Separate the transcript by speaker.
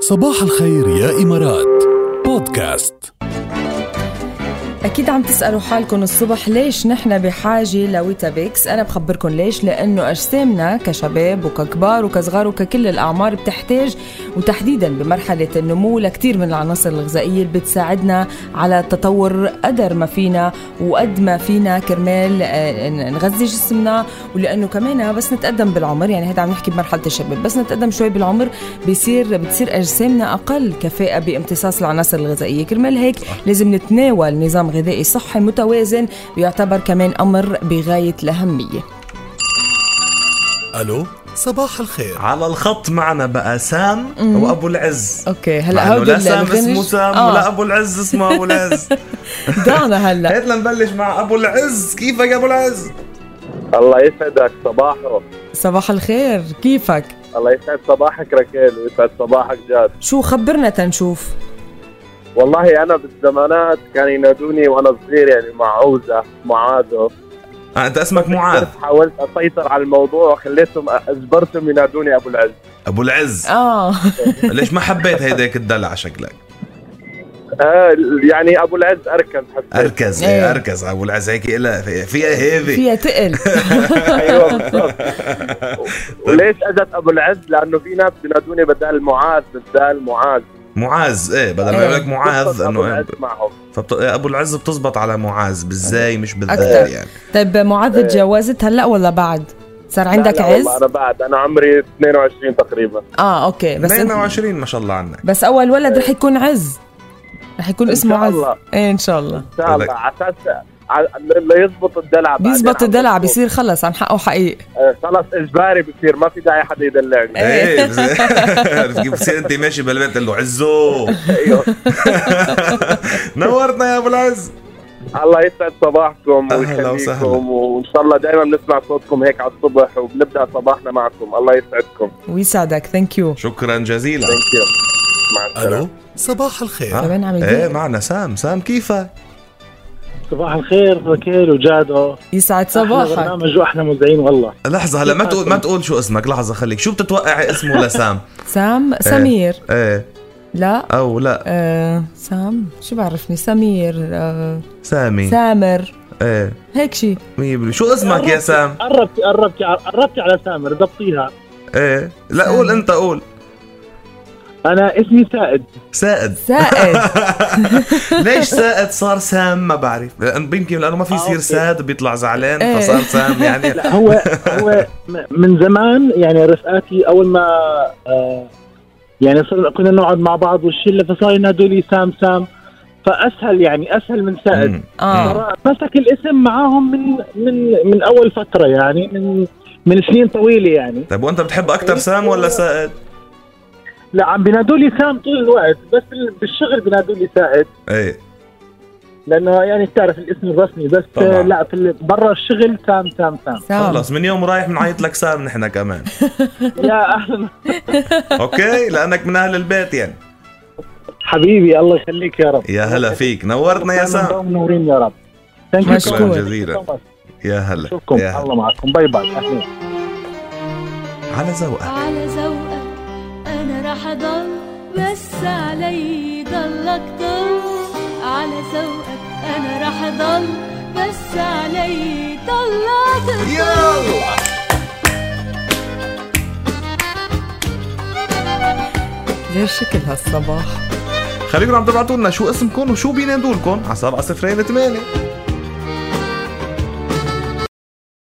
Speaker 1: صباح الخير يا إمارات بودكاست
Speaker 2: أكيد عم تسألوا حالكم الصبح ليش نحن بحاجة لويتابيكس أنا بخبركم ليش لأنه أجسامنا كشباب وككبار وكصغار وككل الأعمار بتحتاج وتحديدا بمرحلة النمو لكتير من العناصر الغذائية اللي بتساعدنا على تطور قدر ما فينا وقد ما فينا كرمال آه، نغذي جسمنا ولأنه كمان بس نتقدم بالعمر يعني هذا عم نحكي بمرحلة الشباب بس نتقدم شوي بالعمر بيصير بتصير أجسامنا أقل كفاءة بامتصاص العناصر الغذائية كرمال هيك لازم نتناول نظام غذائي صحي متوازن ويعتبر كمان أمر بغاية الأهمية
Speaker 1: ألو صباح الخير
Speaker 3: على الخط معنا بقى سام وابو العز
Speaker 2: اوكي
Speaker 3: مع
Speaker 2: هلا
Speaker 3: إنه
Speaker 2: هودي
Speaker 3: لا سام اسمه
Speaker 2: الغنج
Speaker 3: سام ولا
Speaker 2: آه
Speaker 3: ابو العز اسمه ابو العز
Speaker 2: دعنا هلا
Speaker 3: هات لنبلش مع ابو العز كيفك يا ابو العز
Speaker 4: الله يسعدك صباحه
Speaker 2: صباح الخير كيفك
Speaker 4: الله يسعد صباحك ركيل ويسعد صباحك جاد
Speaker 2: شو خبرنا تنشوف
Speaker 4: والله انا بالزمانات كان ينادوني وانا صغير يعني معوزه معاذه
Speaker 3: آه انت اسمك معاذ
Speaker 4: حاولت اسيطر على الموضوع وخليتهم اجبرتهم ينادوني ابو العز
Speaker 3: ابو العز
Speaker 2: اه
Speaker 3: ليش ما حبيت هيداك الدلع شكلك
Speaker 4: آه يعني ابو العز اركز حسيت
Speaker 3: اركز
Speaker 2: إيه.
Speaker 3: إيه، اركز ابو العز هيك إلا في- فيها هيفي
Speaker 2: فيها تقل
Speaker 4: ايوه بالضبط
Speaker 3: طيب.
Speaker 4: وليش اجت ابو العز؟ لانه في ناس بينادوني بدال معاذ بدال معاذ
Speaker 3: معاذ ايه بدل ما
Speaker 2: إيه.
Speaker 3: يقول لك معاذ
Speaker 4: بزبط ابو
Speaker 3: انه
Speaker 4: العز معهم
Speaker 3: فبت... إيه، ابو العز بتزبط على معاذ بالزاي مش بالذال
Speaker 2: أكتر.
Speaker 3: يعني
Speaker 2: طيب معاذ تجاوزت هلا ولا بعد صار عندك
Speaker 4: إيه. لا، لا
Speaker 2: عز
Speaker 4: والله انا بعد انا عمري 22 تقريبا
Speaker 2: اه اوكي بس انت
Speaker 3: 22 ما شاء الله عنك
Speaker 2: بس اول ولد رح يكون عز رح يكون
Speaker 4: إن
Speaker 2: اسمه
Speaker 4: شاء
Speaker 2: عز
Speaker 4: الله.
Speaker 2: ايه ان شاء الله
Speaker 4: ان شاء
Speaker 3: لك.
Speaker 4: الله على اساس على- لا يزبط الدلع بعدين
Speaker 2: بيزبط
Speaker 4: على
Speaker 2: الدلع
Speaker 4: طول.
Speaker 2: بيصير خلص عن حقه حقيقي
Speaker 4: آه، خلص اجباري بصير ما في داعي حدا يدلعني
Speaker 2: إيه.
Speaker 3: ايه عرفت كيف بصير انت ماشي بالبيت تقول له عزو
Speaker 4: ايوه
Speaker 3: نورتنا يا ابو العز
Speaker 4: الله يسعد صباحكم
Speaker 3: أهلا وسهلا.
Speaker 4: ويخليكم وان شاء الله دائما بنسمع صوتكم هيك على الصبح وبنبدا صباحنا معكم الله يسعدكم
Speaker 2: ويسعدك ثانك يو
Speaker 3: شكرا جزيلا
Speaker 4: ثانك يو مع السلامه
Speaker 1: ألو صباح الخير
Speaker 3: ها؟
Speaker 2: كمان طيب، عم يدق.
Speaker 4: إيه،
Speaker 3: ايه معنا سام سام كيفك
Speaker 5: صباح الخير ركيل وجادو
Speaker 2: يسعد
Speaker 5: أحلى
Speaker 2: صباحك
Speaker 5: برنامج واحنا مذيعين والله
Speaker 3: لحظة هلا ما تقول ما تقول شو اسمك لحظة خليك شو بتتوقعي اسمه لسام
Speaker 2: سام
Speaker 4: إيه.
Speaker 2: سمير
Speaker 3: ايه
Speaker 2: لا
Speaker 3: او لا
Speaker 2: آه سام شو بعرفني سمير آه
Speaker 3: سامي
Speaker 2: سامر
Speaker 3: ايه
Speaker 2: هيك شيء
Speaker 3: مية بالمية. شو اسمك يا سام
Speaker 5: قربتي قربتي قربتي على سامر ضبطيها
Speaker 3: ايه لا قول انت قول
Speaker 5: انا اسمي سائد
Speaker 3: سائد
Speaker 2: سائد
Speaker 3: ليش سائد صار سام ما بعرف لأن- يمكن لانه ما في
Speaker 5: آه،
Speaker 3: يصير
Speaker 5: أوكي.
Speaker 3: ساد بيطلع زعلان
Speaker 2: إيه.
Speaker 3: فصار سام يعني
Speaker 5: لا هو هو م- من زمان يعني رفقاتي اول ما آه، يعني صرنا كنا نقعد مع بعض والشله فصاروا ينادوا لي سام سام فاسهل يعني اسهل من سائد
Speaker 3: مم.
Speaker 2: اه
Speaker 5: ترى مسك الاسم معاهم من من من اول فتره يعني من من سنين طويله يعني
Speaker 3: طيب وانت بتحب اكثر سام ولا سائد
Speaker 5: لا عم بينادوا لي سام طول الوقت بس بال- بالشغل بينادوا لي سائد
Speaker 3: ايه
Speaker 5: لانه يعني بتعرف الاسم الرسمي بس
Speaker 3: طبعاً.
Speaker 5: آه، لا في ال- برا الشغل سام سام سام
Speaker 2: سام
Speaker 3: خلص من يوم رايح بنعيط لك سام نحن كمان
Speaker 5: يا اهلا
Speaker 3: اوكي لانك من اهل البيت يعني
Speaker 5: حبيبي الله يخليك يا رب
Speaker 3: يا هلا فيك نورتنا يا
Speaker 5: دايماً
Speaker 3: سام
Speaker 5: دوم منورين يا رب Thank you so
Speaker 2: مشكور.
Speaker 5: much.
Speaker 3: جزيلاً. يا هلا
Speaker 5: اشوفكم
Speaker 3: يا هلا
Speaker 5: الله معكم باي باي اهلا
Speaker 3: على ذوقك
Speaker 6: على ذوقك انا راح اضل بس علي ضلك ضل على ذوقك انا راح اضل بس علي ضلك ضل
Speaker 3: يلا
Speaker 2: غير شكل هالصباح
Speaker 3: خليكم عم تبعتوا لنا شو اسمكم وشو بينادوا لكم على 7 0 8